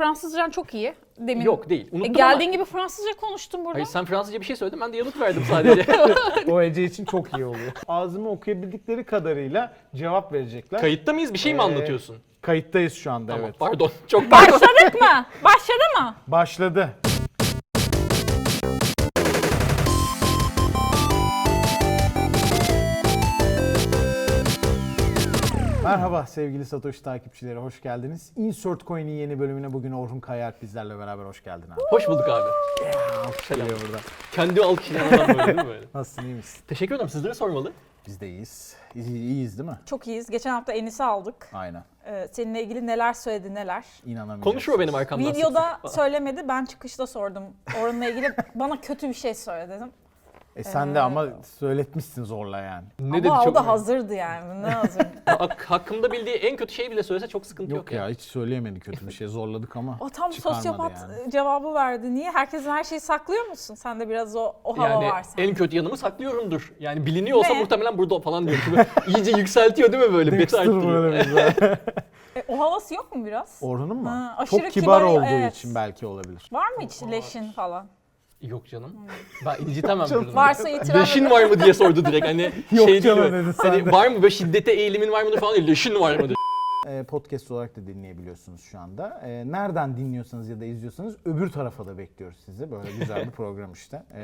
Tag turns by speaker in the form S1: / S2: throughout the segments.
S1: Fransızcan çok iyi. Demin.
S2: Yok değil.
S1: E,
S2: Unuttum
S1: geldiğin
S2: ama...
S1: gibi Fransızca konuştun burada.
S2: Hayır sen Fransızca bir şey söyledin ben de yanıt verdim sadece.
S3: O Ece için çok iyi oluyor. Ağzımı okuyabildikleri kadarıyla cevap verecekler.
S2: Kayıtta mıyız bir şey mi
S3: Ee,
S2: anlatıyorsun?
S3: Kayıttayız şu anda
S2: Tamam,
S3: evet.
S2: Pardon çok pardon.
S1: Başladık mı? Başladı mı?
S3: Başladı. Merhaba sevgili Satoshi takipçileri, hoş geldiniz. Insert Coin'in yeni bölümüne bugün Orhun Kayalp bizlerle beraber hoş geldin abi.
S2: Hoş bulduk abi.
S3: Selam. burada.
S2: Kendi alkışlayan adam böyle değil mi böyle?
S3: Nasılsın, iyi misin?
S2: Teşekkür ederim sizlere sormalı.
S3: Biz de iyiyiz. İyi, iyiyiz değil mi?
S1: Çok iyiyiz. Geçen hafta Enis'i aldık.
S3: Aynen.
S1: Ee, seninle ilgili neler söyledi neler.
S3: İnanamıyorum.
S2: Konuşma
S3: E,
S2: benim arkamdan.
S1: Videoda söylemedi. Ben çıkışta sordum. Orun'la ilgili bana kötü bir şey söyle dedim.
S3: E sen de ama söyletmişsin zorla yani.
S2: Ne
S1: Ama o da
S2: merak-
S1: hazırdı yani. Ne hazır?
S2: Hak- hakkımda bildiği en kötü şeyi bile söylese çok sıkıntı yok,
S3: Yok ya hiç söyleyemedi kötü bir şey zorladık ama
S1: O tam
S3: çıkarmadı
S1: sosyopat e,
S3: yani.
S1: cevabı verdi. Niye? Herkesin her şeyi saklıyor musun? Sen de biraz o, o hava
S2: Yani e-
S1: var sende.
S2: en kötü yanımı saklıyorumdur. Yani biliniyor olsa
S1: Ne?
S2: muhtemelen burada falan diyorum. Çünkü iyice yükseltiyor değil mi böyle? Beta
S3: Dexter
S2: arttırıyor.
S3: böyle bir şey. zaten.
S1: E, o havası yok mu biraz?
S3: Orhan'ın mı?
S1: Ha,
S3: Çok
S1: aşırı
S3: kibar,
S1: kibar,
S3: olduğu
S1: evet.
S3: için belki olabilir.
S1: Var mı hiç leşin falan?
S2: Yok canım. Ben incitemem.
S3: canım.
S2: burada.
S1: Varsa itiraf
S2: Leşin var mı diye sordu direkt. Hani
S3: Yok
S2: şey
S3: canım
S2: diyor.
S3: dedi sen
S2: Hani
S3: de.
S2: var mı böyle şiddete eğilimin var mıdır falan değil. Leşin var mıdır?
S3: Ee, podcast olarak da dinleyebiliyorsunuz şu anda. Ee, nereden dinliyorsanız ya da izliyorsanız öbür tarafa da bekliyoruz sizi. Böyle güzel bir program işte. Ee,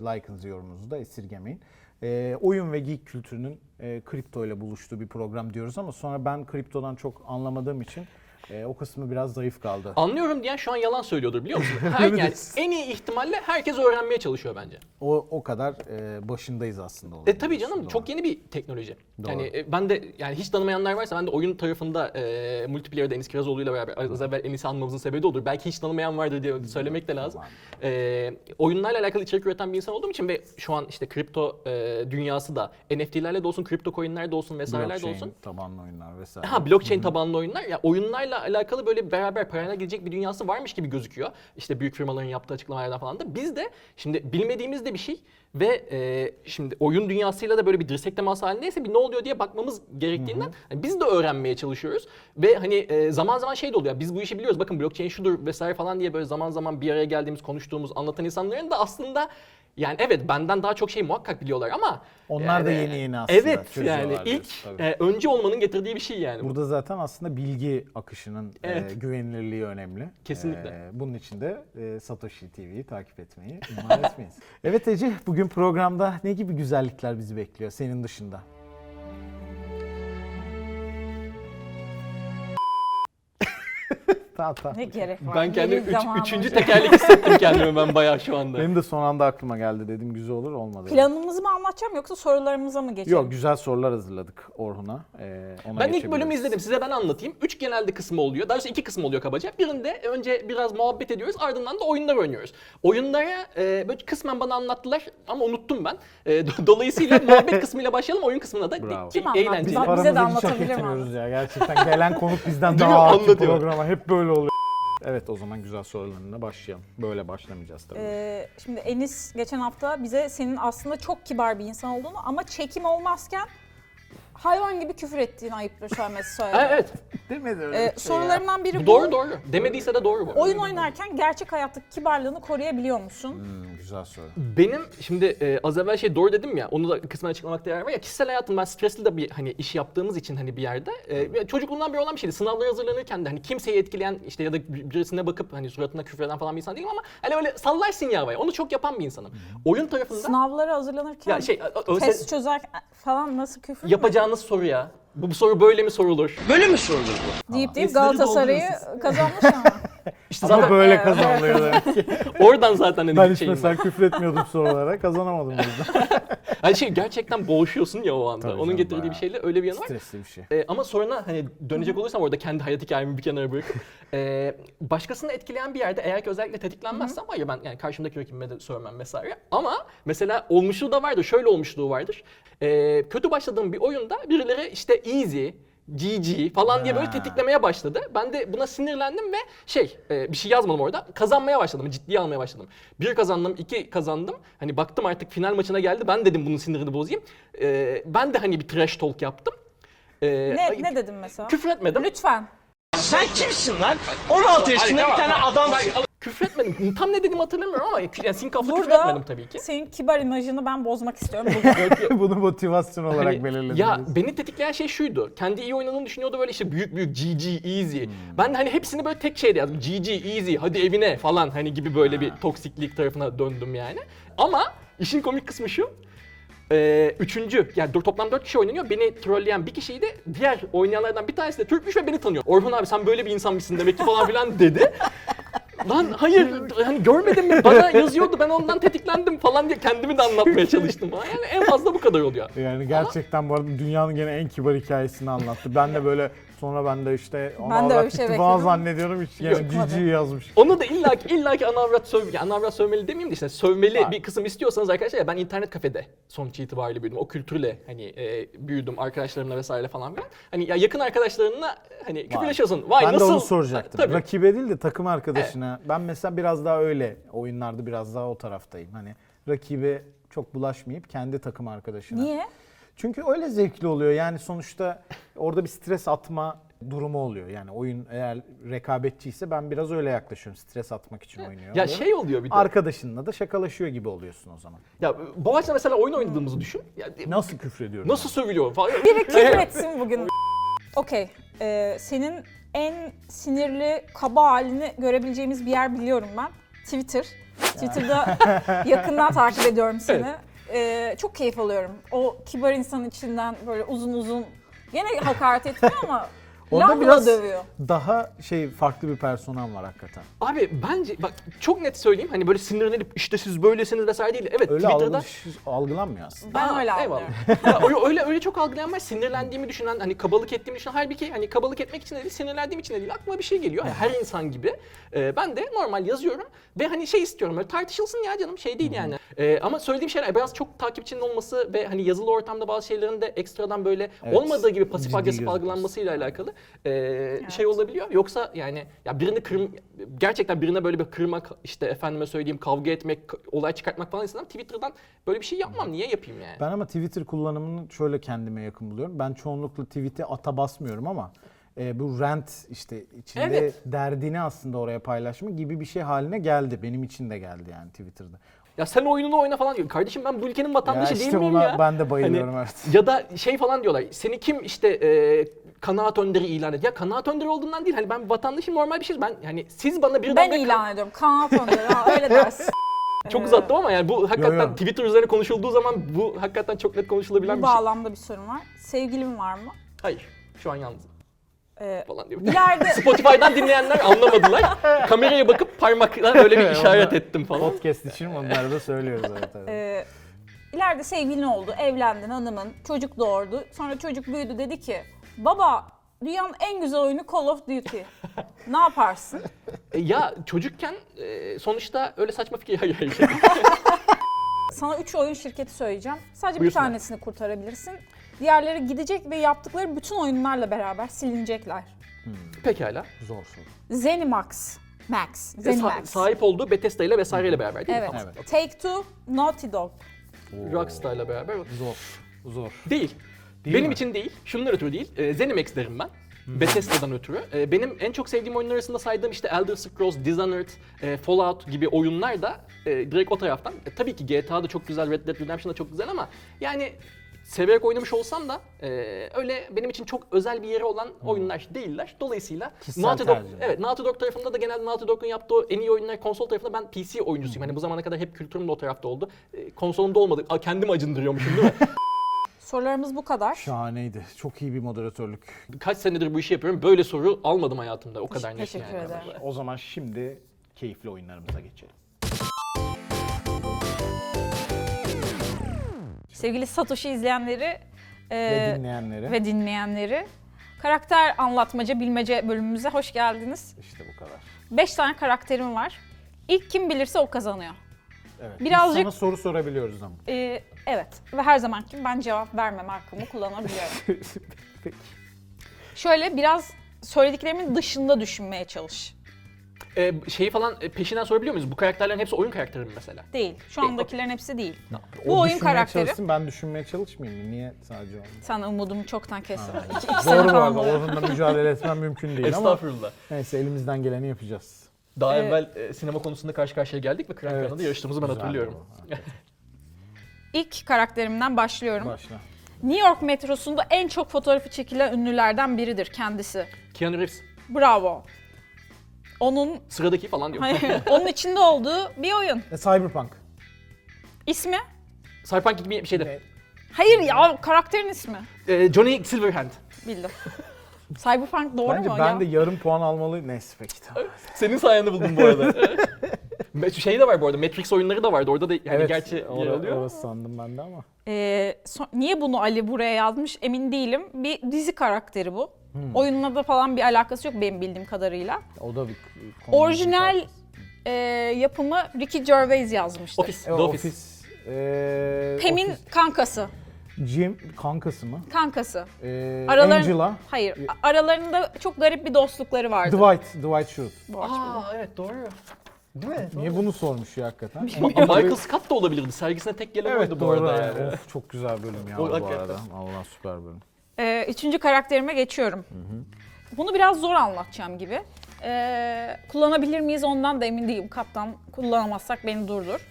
S3: like'ınızı, yorumunuzu da esirgemeyin. Ee, oyun ve geek kültürünün e, kripto ile buluştuğu bir program diyoruz ama sonra ben kriptodan çok anlamadığım için e, o kısmı biraz zayıf kaldı.
S2: Anlıyorum diyen şu an yalan söylüyordur biliyor musun? Her, yani en iyi ihtimalle herkes öğrenmeye çalışıyor bence.
S3: O o kadar e, başındayız aslında.
S2: E
S3: olayın.
S2: tabii canım
S3: Doğru.
S2: çok yeni bir teknoloji.
S3: Doğru.
S2: Yani e, ben de yani hiç tanımayanlar varsa ben de oyun tarafında e, multiplayer'da Enis Kirazoğlu ile beraber az evvel Enis'i anmamızın sebebi olur. Belki hiç tanımayan vardır diye söylemek de lazım. E, oyunlarla alakalı içerik üreten bir insan olduğum için ve şu an işte kripto e, dünyası da NFT'lerle de olsun, kripto coin'ler de olsun vesaireler de
S3: Blockchain
S2: olsun.
S3: tabanlı oyunlar vesaire.
S2: Ha blockchain tabanlı oyunlar ya oyunlarla alakalı böyle beraber paralel gidecek bir dünyası varmış gibi gözüküyor. İşte büyük firmaların yaptığı açıklamalardan falan da biz de şimdi bilmediğimiz de bir şey ve e, şimdi oyun dünyasıyla da böyle bir dirsek teması halindeyse bir ne oluyor diye bakmamız gerektiğinden hani biz de öğrenmeye çalışıyoruz ve hani e, zaman zaman şey de oluyor. Biz bu işi biliyoruz. Bakın blockchain şudur vesaire falan diye böyle zaman zaman bir araya geldiğimiz, konuştuğumuz, anlatan insanların da aslında yani evet benden daha çok şey muhakkak biliyorlar ama
S3: Onlar da
S2: yani-
S3: yeni yeni aslında
S2: Evet
S3: çözüyorlar
S2: yani
S3: diyorsun,
S2: ilk
S3: tabii.
S2: e, önce olmanın getirdiği bir şey yani.
S3: Burada zaten aslında bilgi akışının e,
S2: Evet.
S3: güvenilirliği önemli.
S2: Kesinlikle.
S3: E, bunun için de e, Satoshi TV'yi takip etmeyi ihmal etmeyiz. Evet Ece, bugün programda ne gibi güzellikler bizi bekliyor senin dışında? tamam tamam.
S1: Ne gerek var?
S2: Ben kendim
S1: Geri
S2: üç-
S1: zamanı.
S2: üçüncü tekerlek hissettim kendimi ben bayağı şu anda.
S3: Benim de son anda aklıma geldi dedim güzel olur olmadı.
S1: Planımızı mı anlatacağım yoksa sorularımıza mı geçelim?
S3: Yok güzel sorular hazırladık Orhun'a. E, ona
S2: ben ilk
S3: geçebiliriz.
S2: bölümü izledim. Size ben anlatayım. Üç genelde kısmı oluyor. Daha doğrusu iki kısmı oluyor kabaca. Birinde önce biraz muhabbet ediyoruz. Ardından da oyunlar oynuyoruz. Oyunlara e, böyle kısmen bana anlattılar ama unuttum ben. E, do- dolayısıyla muhabbet kısmıyla başlayalım. Oyun kısmına da
S3: Bravo.
S2: ki
S1: Kim anlattı?
S3: Biz
S2: eğlenceli.
S1: Bize de
S3: paramızı hiç hak
S1: anlatabilir mi?
S3: etmiyoruz ya gerçekten. Gelen konuk bizden
S2: Değil
S3: daha
S2: mi?
S3: haklı
S2: Anlatıyor.
S3: programa. Hep böyle oluyor. Evet o zaman güzel sorularına başlayalım. Böyle başlamayacağız tabii.
S1: Ee, şimdi Enis geçen hafta bize senin aslında çok kibar bir insan olduğunu ama çekim olmazken hayvan gibi küfür ettiğini ayıptır söylemesi söyledi.
S2: Ha, evet. şey
S3: Demedi öyle şey
S1: Ee, sorularımdan biri bu.
S2: Doğru doğru. Demediyse de doğru bu.
S1: Oyun oynarken gerçek hayattaki kibarlığını koruyabiliyor musun?
S3: Hmm, güzel soru.
S2: Benim şimdi e, az evvel şey doğru dedim ya onu da kısmen açıklamakta yarar var ya kişisel hayatım ben stresli de bir hani iş yaptığımız için hani bir yerde e, ve çocukluğumdan beri olan bir şeydi. Sınavlara hazırlanırken de hani kimseyi etkileyen işte ya da bir- birisine bakıp hani suratına küfreden falan bir insan değilim ama hani öyle sallarsın ya havaya. Onu çok yapan bir insanım. Oyun tarafında
S1: Sınavlara hazırlanırken
S2: ya şey ö- ö-
S1: test çözer falan nasıl küfür mü?
S2: yapacağınız soru ya. Bu, bu soru böyle mi sorulur?
S4: Böyle mi sorulur bu?
S1: deyip deyip Galatasaray'ı kazanmış ama.
S2: İşte
S3: Ama
S2: zaten
S3: böyle kazanılıyor demek ki.
S2: oradan zaten hani
S3: Ben hiç
S2: şeyim var.
S3: mesela küfretmiyordum sorulara. Kazanamadım o yüzden.
S2: Hani şey gerçekten boğuşuyorsun ya o anda.
S3: Tabii
S2: Onun
S3: canım,
S2: getirdiği
S3: bayağı
S2: bir şeyle öyle bir yanı var.
S3: Stresli bir şey.
S2: Ee, ama soruna hani dönecek olursam orada kendi hayat hikayemi bir kenara bırakıp ee, başkasını etkileyen bir yerde eğer ki özellikle tetiklenmezsem hayır ben yani karşımdaki rakibime de sövmem vesaire ama mesela olmuşluğu da vardır şöyle olmuşluğu vardır Ee, kötü başladığım bir oyunda birileri işte easy GG falan diye böyle
S3: Ha.
S2: tetiklemeye başladı. Ben de buna sinirlendim ve şey e, bir şey yazmadım orada. Kazanmaya başladım. Ciddiye almaya başladım. Bir kazandım, iki kazandım. Hani baktım artık final maçına geldi. Ben dedim bunun sinirini bozayım. Ee, ben de hani bir trash talk yaptım. Ee,
S1: ne,
S2: ay-
S1: ne dedim mesela?
S2: Küfür etmedim.
S1: Lütfen.
S4: Sen kimsin lan? 16 yaşında bir tane adamsın.
S2: Küfretmedim. Tam ne dediğimi hatırlamıyorum ama yani sinkaflı
S1: Burada
S2: küfretmedim tabii ki.
S1: senin kibar imajını ben bozmak istiyorum.
S3: Bunu motivasyon olarak
S2: Hani
S3: belirlediniz.
S2: Ya beni tetikleyen şey şuydu. Kendi iyi oynadığını düşünüyordu böyle işte büyük büyük GG easy.
S3: Hmm.
S2: Ben de hani hepsini böyle tek şeyde yazdım. GG easy hadi evine falan hani gibi böyle bir toksiklik tarafına döndüm yani. Ama işin komik kısmı şu. Ee, üçüncü, yani dört- toplam dört kişi oynanıyor. Beni trolleyen bir kişiyi de diğer oynayanlardan bir tanesi de Türkmüş ve beni tanıyor. Orhan abi sen böyle bir insanmışsın demek ki falan filan dedi. Lan hayır, hani görmedim mi? Bana yazıyordu, ben ondan tetiklendim falan diye kendimi de anlatmaya çalıştım. Yani en fazla bu kadar oluyor.
S3: Yani gerçekten bu arada dünyanın gene en kibar hikayesini anlattı. Ben de böyle sonra ben de işte ona
S1: Ben de öyle bir şey
S3: falan
S1: bekledim.
S3: zannediyorum. Hiç yani
S1: Çıkmadı.
S3: cici yazmış.
S2: Onu da illaki illaki ana avrat söv yani ana avrat sövmeli demeyeyim de işte sövmeli bir kısım istiyorsanız arkadaşlar ya ben internet kafede sonuç itibariyle büyüdüm. O kültürle hani e, büyüdüm arkadaşlarımla vesaire falan filan. Hani ya yakın arkadaşlarınla hani küfürleşiyorsun. Vay
S3: ben
S2: nasıl?
S3: de onu soracaktım.
S2: Tabii.
S3: Rakibe değil de takım arkadaşına. Ben mesela biraz daha öyle oyunlarda biraz daha o taraftayım. Hani rakibe çok bulaşmayıp kendi takım arkadaşına.
S1: Niye?
S3: Çünkü öyle zevkli oluyor. Yani sonuçta orada bir stres atma durumu oluyor. Yani oyun eğer rekabetçiyse ben biraz öyle yaklaşıyorum. Stres atmak için oynuyorum.
S2: Ya şey oluyor bir de.
S3: Arkadaşınla da şakalaşıyor gibi oluyorsun o zaman.
S2: ya Boğaç'la mesela oyun oynadığımızı düşün. Ya,
S3: Nasıl küfrediyorum?
S2: nasıl sövülüyor falan.
S1: Biri küfür etsin bugün. Okey. Ee, senin en sinirli, kaba halini görebileceğimiz bir yer biliyorum ben. Twitter. Twitter'da yakından takip ediyorum seni. Ee, çok keyif alıyorum. O kibar insan içinden böyle uzun uzun gene hakaret etmiyor ama
S3: Onda
S1: lafla
S3: biraz
S1: dövüyor.
S3: Daha şey farklı bir personam var hakikaten.
S2: Abi bence bak çok net söyleyeyim hani böyle sinirlenip işte siz böylesiniz vesaire değil. Evet
S3: Öyle
S2: Twitter'da
S3: algılış- algılanmıyor aslında.
S1: Ben
S2: Aa,
S1: öyle
S2: eyvallah.
S1: anlıyorum.
S2: Ya öyle, öyle, öyle çok algılayan var. Sinirlendiğimi düşünen, hani kabalık ettiğimi düşünen. Halbuki hani kabalık etmek için de değil, sinirlendiğim için de değil. Aklıma bir şey geliyor. Yani her insan gibi. Ee, ben de normal yazıyorum. Ve hani şey istiyorum böyle tartışılsın ya canım şey değil yani. Ee, ama söylediğim şeyler biraz çok takipçinin olması ve hani yazılı ortamda bazı şeylerin de ekstradan böyle
S3: Evet.
S2: olmadığı gibi pasif
S3: Ciddi
S2: agresif
S3: gözükmesi.
S2: algılanmasıyla alakalı ee, şey olabiliyor. Yoksa yani ya birini kırm gerçekten birine böyle bir kırmak işte efendime söyleyeyim kavga etmek, olay çıkartmak falan istemem. Twitter'dan böyle bir şey yapmam. Niye yapayım yani?
S3: Ben ama Twitter kullanımını şöyle kendime yakın buluyorum. Ben çoğunlukla tweet'e ata basmıyorum ama e, bu rant işte içinde
S2: Evet.
S3: derdini aslında oraya paylaşma gibi bir şey haline geldi. Benim için de geldi yani Twitter'da.
S2: Ya sen oyununu oyna falan diyor. Kardeşim ben bu ülkenin vatandaşı
S1: şey
S3: Ya işte
S2: değil miyim
S3: ona
S2: ya?
S3: ben de bayılıyorum evet.
S2: Ya da şey falan diyorlar. Seni kim işte e, kanaat önderi ilan etti? Ya kanaat önderi olduğundan değil. Hani ben vatandaşım normal bir şey. Ben yani siz bana birden
S1: Ben ilan ediyorum. Kanal Tönder, ha, öyle dersin.
S2: çok uzattım ama yani bu hakikaten
S3: yo.
S2: Twitter üzerine konuşulduğu zaman bu hakikaten çok net konuşulabilen
S1: Bu
S2: bir şey.
S1: bağlamda bir sorun var. Sevgilim var mı?
S2: Hayır. Şu an yalnızım
S1: Ee,
S2: falan diyor.
S1: ileride
S2: Spotify'dan dinleyenler anlamadılar. Kameraya bakıp parmakla böyle bir işaret ettim falan.
S3: Podcast için onları da söylüyoruz evet. evet.
S1: Ee, ileride sevgilin oldu, evlendin hanımın, çocuk doğurdu. Sonra çocuk büyüdü dedi ki, baba dünyanın en güzel oyunu Call of Duty. ne yaparsın?
S2: E, ya çocukken e, sonuçta öyle saçma fikir. Hayır, hayır.
S1: Sana üç oyun şirketi söyleyeceğim. Sadece
S2: Buyursunlar.
S1: bir tanesini kurtarabilirsin. Diğerleri gidecek ve yaptıkları bütün oyunlarla beraber silinecekler.
S2: Pekala.
S3: Zor soru.
S1: Zenimax. Max.
S2: E, sa-
S1: Zenimax.
S2: sahip olduğu Bethesda ile vesaireyle beraber değil mi?
S1: evet.
S2: Tamam.
S3: Evet.
S1: Take Two, Naughty Dog.
S2: Rockstar'la beraber.
S3: Zor. Zor.
S2: Değil. benim için değil. Şundan ötürü değil. Ee, Zenimax derim ben.
S3: Hmm.
S2: Bethesda'dan ötürü. Ee, benim en çok sevdiğim oyunlar arasında saydığım işte Elder Scrolls, Dishonored, e, Fallout gibi oyunlar da e, direkt o taraftan. E, tabii ki GTA da çok güzel, Red Dead Redemption da çok güzel ama yani severek oynamış olsam da e, öyle benim için çok özel bir yeri olan oyunlar değiller. Dolayısıyla
S3: Hmm. Kişisel
S2: Naughty Dog,
S3: tercih.
S2: evet, Naughty Dog tarafında da genelde Naughty Dog'un yaptığı en iyi oyunlar konsol tarafında ben PC oyuncusuyum.
S3: Hmm.
S2: Hani bu zamana kadar hep kültürüm de o tarafta oldu. E, konsolumda olmadı. Aa, kendim acındırıyormuşum değil mi?
S1: Sorularımız bu kadar.
S3: Şahaneydi. Çok iyi bir moderatörlük.
S2: Kaç senedir bu işi yapıyorum böyle soru almadım hayatımda o kadar net
S1: Teşekkür
S2: yani.
S1: ederim.
S3: O zaman şimdi keyifli oyunlarımıza geçelim.
S1: Sevgili Satoshi izleyenleri
S3: Ve
S1: e,
S3: dinleyenlere
S1: ve dinleyenleri. Karakter anlatmaca bilmece bölümümüze hoş geldiniz.
S3: işte bu kadar.
S1: Beş tane karakterim var. İlk kim bilirse o kazanıyor.
S3: Evet.
S1: Birazcık-
S3: Biz sana soru sorabiliyoruz ama.
S1: Ee, evet ve her zamanki gibi ben cevap vermem hakkımı kullanabiliyorum. Şöyle biraz söylediklerimin dışında düşünmeye çalış.
S2: e, şeyi falan e, peşinden sorabiliyor muyuz? Bu karakterlerin hepsi oyun karakteri mi mesela?
S1: Değil. Şu
S2: Değil,
S1: andakilerin hepsi değil.
S2: Tamam.
S1: Bu
S3: O
S1: oyun
S3: düşünmeye
S1: karakteri.
S3: Çalışsın, ben düşünmeye çalışmayayım mı? Niye sadece onu?
S1: Sana umudumu çoktan kestim. İki, iki sene
S3: Doğru bu
S1: falan
S3: arada.
S1: oldu.
S3: Onunla mücadele etmem mümkün değil ama
S2: Estağfurullah.
S3: neyse elimizden geleni yapacağız.
S2: Daha
S1: Evet.
S2: evvel e, sinema konusunda karşı karşıya geldik ve Kıran
S3: Evet.
S2: Kıran'da yarıştığımızı ben
S3: Güzeldi
S2: hatırlıyorum.
S3: bu.
S1: İlk karakterimden başlıyorum.
S3: Başla.
S1: New York metrosunda en çok fotoğrafı çekilen ünlülerden biridir kendisi.
S2: Keanu Reeves
S1: Bravo. Onun
S2: sıradaki falan diyor.
S1: hayır, onun içinde olduğu bir oyun.
S3: E, Cyberpunk.
S1: İsmi?
S2: Cyberpunk gibi bir şeydi.
S3: Evet.
S1: Hayır ya karakterin ismi.
S2: E, Johnny Silverhand.
S1: Bildim. Cyberpunk doğru
S3: Bence
S1: mu
S3: ben
S1: ya?
S3: de yarım puan almalı. Neyse peki
S2: Hani
S3: tamam.
S2: Senin sayende buldum bu arada. Me- şey de var bu arada. Matrix oyunları da vardı. Orada da yani
S3: Evet,
S2: gerçi yer
S3: or-
S2: alıyor.
S3: orası sandım ben de ama.
S1: Ee, so- niye bunu Ali buraya yazmış emin değilim. Bir dizi karakteri bu.
S3: Hmm.
S1: Oyunla da falan bir alakası yok benim bildiğim kadarıyla.
S3: O da bir
S1: Orijinal e, yapımı Ricky Gervais yazmıştı.
S2: Office.
S3: e,
S2: The Office.
S3: ofis. E,
S1: Pem'in
S3: ofis.
S1: kankası.
S3: Jim kankası mı?
S1: Kankası.
S3: E,
S1: Araların-
S3: Angela.
S1: Hayır. a- Aralarında çok garip bir dostlukları vardı.
S3: Dwight. Dwight Schrute.
S1: Bu arada.
S2: Aa evet doğru. Değil mi?
S3: Niye bunu sormuş ya hakikaten?
S2: Ma- Michael Scott da olabilirdi. Sergisine tek gelen
S3: Evet
S2: oydu şey bu
S3: doğru.
S2: arada.
S3: yani.
S2: yani.
S3: Of çok güzel bölüm ya
S2: O
S3: bu
S2: hakikaten.
S3: arada. Vallahi süper bölüm.
S1: Ee, üçüncü karakterime geçiyorum. Bunu biraz zor anlatacağım gibi. Ee, kullanabilir miyiz ondan da emin değilim. Kaptan kullanamazsak beni durdur.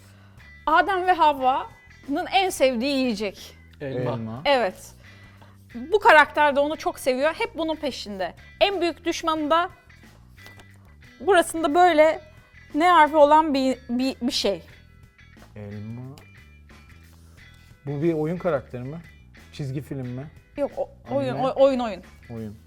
S1: Adem ve Havva'nın en sevdiği yiyecek.
S2: Elma.
S3: Elma.
S1: Evet. Bu karakter de onu çok seviyor. Hep bunun peşinde. En büyük düşmanı da burasında böyle ne harfi olan bir, bir, bir şey.
S3: Elma. Bu bir oyun karakteri mi? Çizgi film mi?
S1: Yok o- oyun,
S3: Anne.
S1: oy- oyun oyun.
S3: Oyun.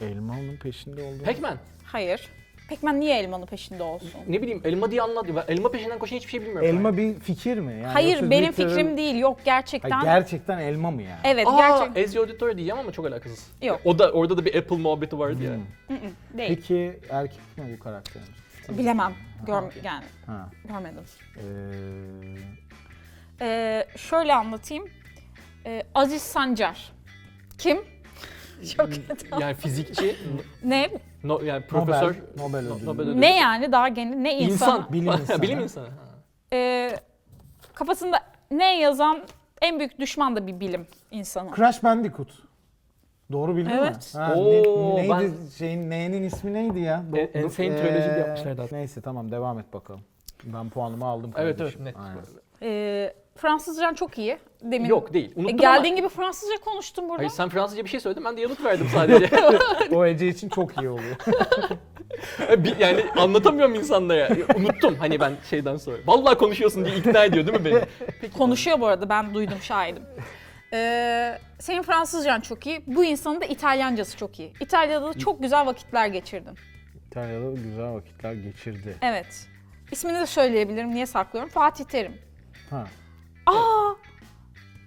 S3: Elmanın peşinde olduğu.
S2: Pac-Man.
S1: Hayır. Pekmen niye elmanın peşinde olsun?
S2: Ne bileyim elma diye anlat. Ben elma peşinden koşan hiçbir şey bilmiyorum. ben.
S3: Elma bir fikir mi?
S2: Hani
S3: Yani
S1: Hayır
S3: yoksa
S1: benim
S3: literal-
S1: fikrim değil. Yok gerçekten.
S3: Hayır, gerçekten elma mı yani?
S1: Evet
S2: Aa, e,
S1: gerçekten.
S2: Ezio Auditore diyeceğim ama çok alakasız.
S1: Yok.
S2: O da orada da bir Apple muhabbeti vardı ya.
S3: Hmm.
S1: Değil.
S3: Peki erkek mi bu karakterimiz?
S1: Bilemem. Görm yani
S3: Ha.
S1: görmedim.
S3: Ee,
S1: Ee, şöyle anlatayım. Ee, Aziz Sancar. Kim? Çok kötü.
S2: Hmm. Yani fizikçi,
S1: ne?
S2: no, yani profesör,
S3: Nobel, Nobel
S2: No-
S3: ödülü.
S2: Nobel ödülü.
S1: Ne yani daha gene ne insan?
S2: insan,
S3: Bilim insanı.
S2: bilim insanı. Ha.
S1: Ee, kafasında ne yazan en büyük düşman da bir bilim insanı.
S3: Crash Bandicoot. Doğru bildin
S1: Evet.
S3: mi? Ha,
S2: Oo,
S3: ne, neydi
S2: ben-
S3: şeyin neğenin ismi neydi ya? Do-
S2: E, Insane
S3: do-
S2: Trilogy
S3: ee,
S2: yapmışlardı hatta.
S3: Neyse tamam devam et bakalım. Ben puanımı aldım
S2: Evet evet
S3: kardeşim.
S2: net.
S3: Aynen.
S1: Ee, Fransızcan çok iyi. Demin.
S2: Yok değil.
S1: E,
S2: Unuttum
S1: geldiğin
S2: ama.
S1: gibi Fransızca konuştum burada.
S2: Hayır sen Fransızca bir şey söyledin ben de yanıt verdim sadece.
S3: O Ece için çok iyi oluyor.
S2: Bir- yani anlatamıyorum insanlara. Unuttum hani ben şeyden sonra. Vallahi konuşuyorsun diye ikna ediyor değil mi beni?
S1: Konuşuyor bu arada ben duydum şahidim. Ee, senin Fransızcan çok iyi. Bu insanın da İtalyancası çok iyi. İtalya'da da çok güzel vakitler geçirdim.
S3: İtalya'da güzel vakitler geçirdi.
S1: Evet. İsmini de söyleyebilirim. Niye saklıyorum? Fatih Terim.
S3: Ha.
S1: Aa!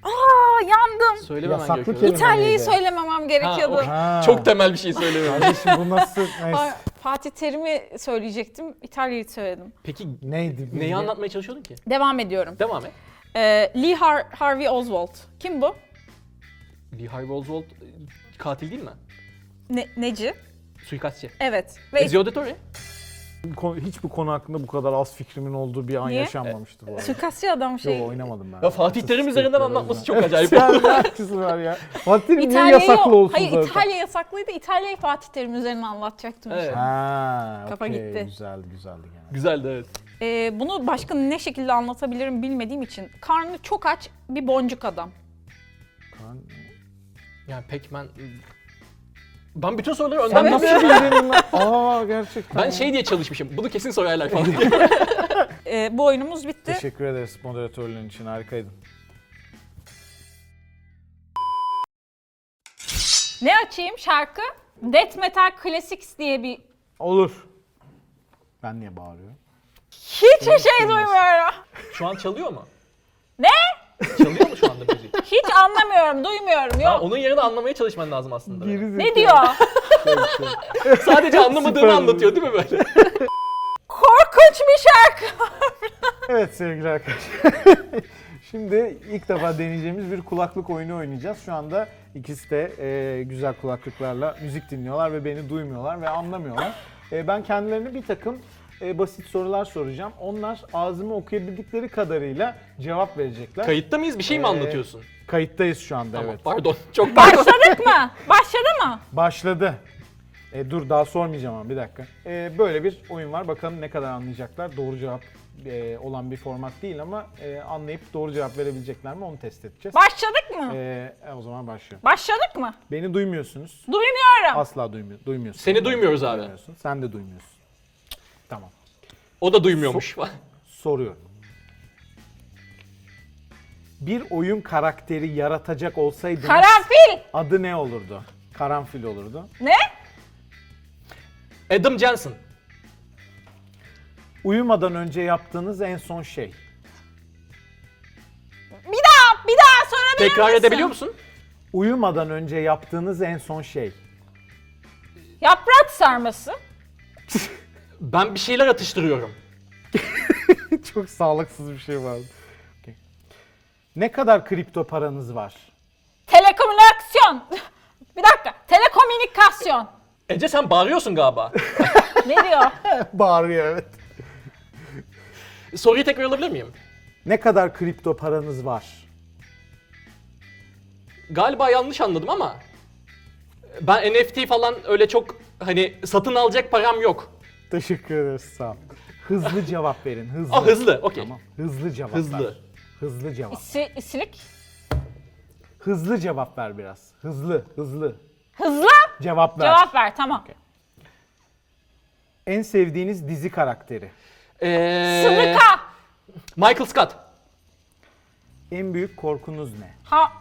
S1: Aa! Yandım.
S2: Söylememen
S3: Yasaklı
S2: gerekiyor.
S3: kelime.
S1: İtalya'yı
S3: neydi?
S1: söylememem gerekiyordu.
S2: Ha,
S3: Ha.
S2: Çok temel bir şey söylemiyorum.
S3: Kardeşim bu nasıl?
S1: Ay,
S3: Neyse.
S1: Fatih Terim'i söyleyecektim. İtalya'yı söyledim.
S2: Peki
S3: Neydi?
S2: neyi anlatmaya çalışıyordun ki?
S1: Devam ediyorum.
S2: Devam et.
S1: Ee, Lee Har- Harvey Oswald. Kim bu?
S2: Lee Harvey Oswald e, katil değil mi?
S1: Ne- Neci?
S2: Suikastçı.
S1: Evet. Ve
S2: Ezio Auditore.
S3: Hiçbir konu hakkında bu kadar az fikrimin olduğu bir an
S1: Niye?
S3: yaşanmamıştı bu arada.
S1: suikastçı adam şey.
S3: Yok oynamadım ben.
S2: Ya Fatih Terim üzerinden anlatması çok acayip.
S3: Yani ne alakası var ya? Fatih Terim niye
S1: İtalya'yı,
S3: yasaklı olsun
S1: hayır
S3: zaten?
S1: İtalya yasaklıydı. İtalya'yı Fatih Terim üzerinden anlatacaktım.
S2: Evet.
S3: Ha,
S1: Kafa
S3: okey,
S1: gitti.
S3: Güzeldi güzeldi yani.
S2: Güzeldi evet.
S1: Ee, bunu başka ne şekilde anlatabilirim bilmediğim için. Karnı çok aç bir boncuk adam.
S3: Kaan-
S2: Yani Pac-Man... e, Ben bütün soruları önden
S3: Sen nasıl bildin lan? Aa gerçekten.
S2: Ben
S3: ya.
S2: şey diye çalışmışım. Bunu kesin sorarlar falan.
S1: Ee, bu oyunumuz bitti.
S3: Teşekkür ederiz moderatörlüğün için harikaydın.
S1: Ne açayım şarkı? Death Metal Classics diye bir...
S3: Olur. Ben niye bağırıyorum?
S1: Hiçbir şey duymuyorum.
S2: şu an çalıyor mu?
S1: Ne?
S2: Çalıyor mu şu anda müzik?
S1: Hiç anlamıyorum, duymuyorum.
S2: Ha,
S1: Yok.
S2: onun yerini anlamaya çalışman lazım aslında. böyle.
S1: Ne diyor?
S2: Sadece anlamadığını
S3: Süper.
S2: anlatıyor değil mi böyle?
S1: Korkunç bir şarkı.
S3: Evet sevgili arkadaşlar. Şimdi ilk defa deneyeceğimiz bir kulaklık oyunu oynayacağız. Şu anda ikisi de e, güzel kulaklıklarla müzik dinliyorlar ve beni duymuyorlar ve anlamıyorlar. E, ben kendilerine bir takım e, basit sorular soracağım. Onlar ağzımı okuyabildikleri kadarıyla cevap verecekler.
S2: Kayıtta mıyız? Bir şey mi
S3: Ee,
S2: anlatıyorsun?
S3: Kayıttayız şu anda
S2: Tamam,
S3: evet.
S2: pardon. Çok pardon.
S1: Başladık mı? Başladı mı?
S3: Başladı. E, dur daha sormayacağım ama bir dakika. E, böyle bir oyun var. Bakalım ne kadar anlayacaklar. Doğru cevap e, olan bir format değil ama e, anlayıp doğru cevap verebilecekler mi onu test edeceğiz.
S1: Başladık mı?
S3: E, e, o zaman başlıyorum.
S1: Başladık mı?
S3: Beni duymuyorsunuz.
S1: Duymuyorum.
S3: Asla duymuyor, duymuyorsun.
S2: Seni duymuyoruz abi.
S3: Duymuyorsun. Sen de duymuyorsun. Tamam.
S2: O da duymuyormuş.
S3: Soruyorum. Bir oyun karakteri yaratacak olsaydınız
S1: Karanfil.
S3: adı ne olurdu? Karanfil olurdu.
S1: Ne?
S2: Adam Jensen.
S3: Uyumadan önce yaptığınız en son şey.
S1: Bir daha, bir daha sorabilir
S2: Tekrar
S1: misin?
S2: edebiliyor musun?
S3: Uyumadan önce yaptığınız en son şey.
S1: Yaprak sarması.
S2: Ben bir şeyler atıştırıyorum.
S3: Çok sağlıksız bir şey vardı. Okey. Ne kadar kripto paranız var?
S1: Telekomünikasyon. Bir dakika. Telekomünikasyon.
S2: Ece sen bağırıyorsun galiba.
S1: Ne diyor?
S3: Bağırıyor evet.
S2: Soruyu tekrar alabilir miyim?
S3: Ne kadar kripto paranız var?
S2: Galiba yanlış anladım ama ben NFT falan öyle çok hani satın alacak param yok.
S3: Teşekkür ederiz sağ ol. Hızlı cevap verin hızlı.
S2: Ah hızlı. Okey.
S3: Tamam. Hızlı cevap ver.
S2: Hızlı.
S3: Hızlı cevap.
S1: İsi, isilik.
S3: Hızlı cevap ver biraz. Hızlı hızlı.
S1: Hızlı
S3: Cevap ver.
S1: cevap ver. Tamam.
S3: En sevdiğiniz dizi karakteri.
S2: Ee,
S1: Sılıka.
S2: Michael Scott.
S3: En büyük korkunuz ne?
S1: Ha.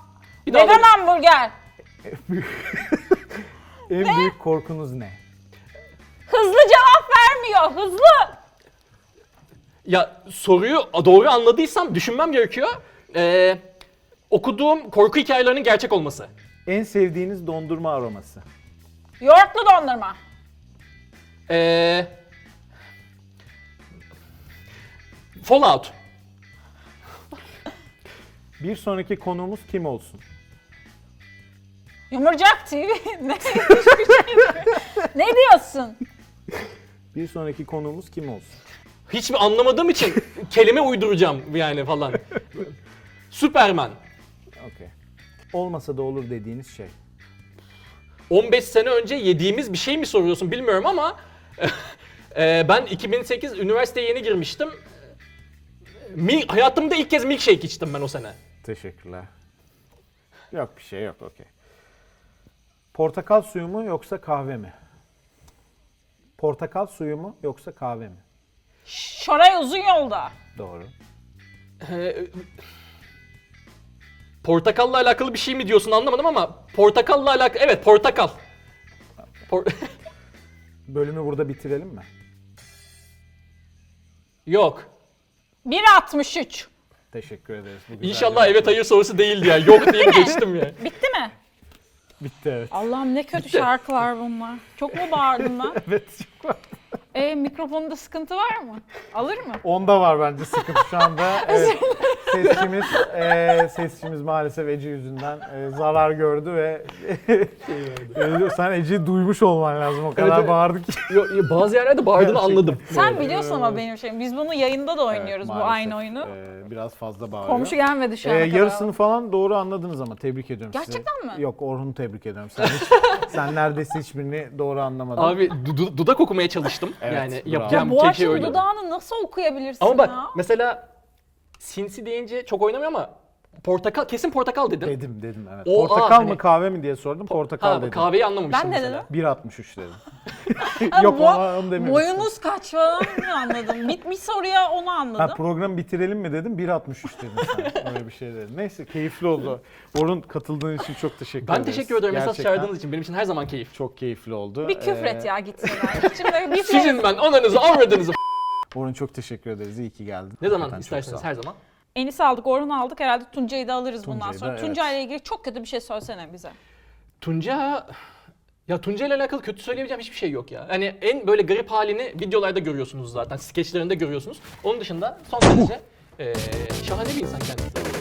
S2: Bir daha
S1: Vegan
S2: alayım.
S1: hamburger.
S3: En büyük korkunuz ne?
S1: Hızlı cevap vermiyor. Hızlı.
S2: Ya soruyu doğru anladıysam düşünmem gerekiyor. Ee, okuduğum korku hikayelerinin gerçek olması.
S3: En sevdiğiniz dondurma aroması.
S1: Yoğurtlu dondurma.
S2: Ee, Fallout.
S3: Bir sonraki konuğumuz kim olsun?
S1: Yumurcak TV. ne? Hiçbir şey yok. ne diyorsun?
S3: Bir sonraki konuğumuz kim olsun?
S2: Hiç mi anlamadığım için kelime uyduracağım yani falan. Superman.
S3: Okey. Olmasa da olur dediğiniz şey.
S2: 15 sene önce yediğimiz bir şey mi soruyorsun bilmiyorum ama e, ben 2008 üniversiteye yeni girmiştim. Mi, hayatımda ilk kez milkshake içtim ben o sene.
S3: Teşekkürler. Yok bir şey yok okey. Portakal suyu mu yoksa kahve mi? Portakal suyu mu yoksa kahve mi?
S1: Şoray uzun yolda.
S3: Doğru.
S2: E, portakalla alakalı bir şey mi diyorsun anlamadım ama portakalla alakalı evet portakal. Por-
S3: Bölümü burada bitirelim mi?
S2: Yok.
S1: 1.63.
S3: Teşekkür ederiz. Bu güzel
S2: İnşallah
S3: cevap.
S2: evet hayır sorusu değildi ya. Yok diye geçtim ya.
S1: Bitti mi?
S3: Bitti evet.
S1: Allah'ım ne kötü şarkılar bunlar. Çok mu bağırdım ben?
S3: Evet. çok var.
S1: E, mikrofonda sıkıntı var mı? Alır mı?
S3: Onda var bence sıkıntı şu anda. Evet. Sesçimiz, e, sesçimiz maalesef Ece yüzünden e, zarar gördü ve E, sen Ece'yi duymuş olman lazım o kadar
S2: evet.
S3: bağırdı ki.
S2: Yo- yo, bazı yerlerde bağırdığını anladım.
S1: Sen biliyorsun ama benim şeyim. Biz bunu yayında da oynuyoruz bu
S3: Maalesef,
S1: aynı oyunu.
S3: e, biraz fazla bağırıyor.
S1: Komşu gelmedi şu
S3: Ee,
S1: ana kadar.
S3: yarısını falan doğru anladınız ama tebrik ediyorum sizi.
S1: Gerçekten mi?
S3: Yok Orhun'u tebrik ediyorum. Sen, hiç, sen neredeyse hiçbirini doğru anlamadın.
S2: Abi du- dudak okumaya çalıştım.
S3: Evet,
S2: yani
S3: bravo.
S2: yapacağım
S1: Ya bu
S2: şey
S1: aşkın
S2: oynadım.
S1: dudağını nasıl okuyabilirsin
S2: Ama bak
S1: ya?
S2: mesela sinsi deyince çok oynamıyor ama portakal kesin portakal dedim.
S3: Dedim dedim evet.
S2: O,
S3: portakal
S2: aa,
S3: mı
S2: hani-
S3: kahve mi diye sordum. Portakal
S2: ha,
S3: dedim.
S2: kahveyi anlamamıştım
S1: Ben de
S2: mesela.
S1: dedim.
S3: 1.63 dedim.
S1: Ha,
S3: Yok
S1: bu-
S3: ona onu dememiştim.
S1: Boyunuz kaç falan mı anladım? Bitmiş soruya onu
S3: Ha,
S1: anladım.
S3: programı bitirelim mi dedim 1.63 dedim sen. Öyle bir şey dedim. Neyse keyifli oldu. Orhun katıldığın için çok teşekkür
S2: Ben
S3: ederiz.
S2: teşekkür ederim esas
S3: Gerçekten
S2: çağırdığınız için. Benim için her zaman keyif.
S3: Çok keyifli oldu.
S1: bir küfür
S3: Ee,
S1: et ya gitsinler. İçimde bir şey.
S2: Sizin ben ananızı avradınızı
S3: Orhun çok teşekkür ederiz. İyi ki geldin.
S2: Ne zaman
S3: Hakikaten çok
S2: isterseniz
S3: sağ ol.
S2: her zaman.
S1: Enis'i aldık, Orhan'ı aldık. Herhalde Tuncay'ı da alırız bundan
S3: Tuncay'ı da,
S1: sonra.
S3: evet.
S1: Tuncay'la ilgili çok kötü bir şey söylesene bize.
S2: Tunca ya Tunca ile alakalı kötü söyleyebileceğim hiçbir şey yok ya. Hani en böyle garip halini videolarda görüyorsunuz zaten. Skeçlerinde görüyorsunuz. Onun dışında son derece eee şahane bir insan kendisi.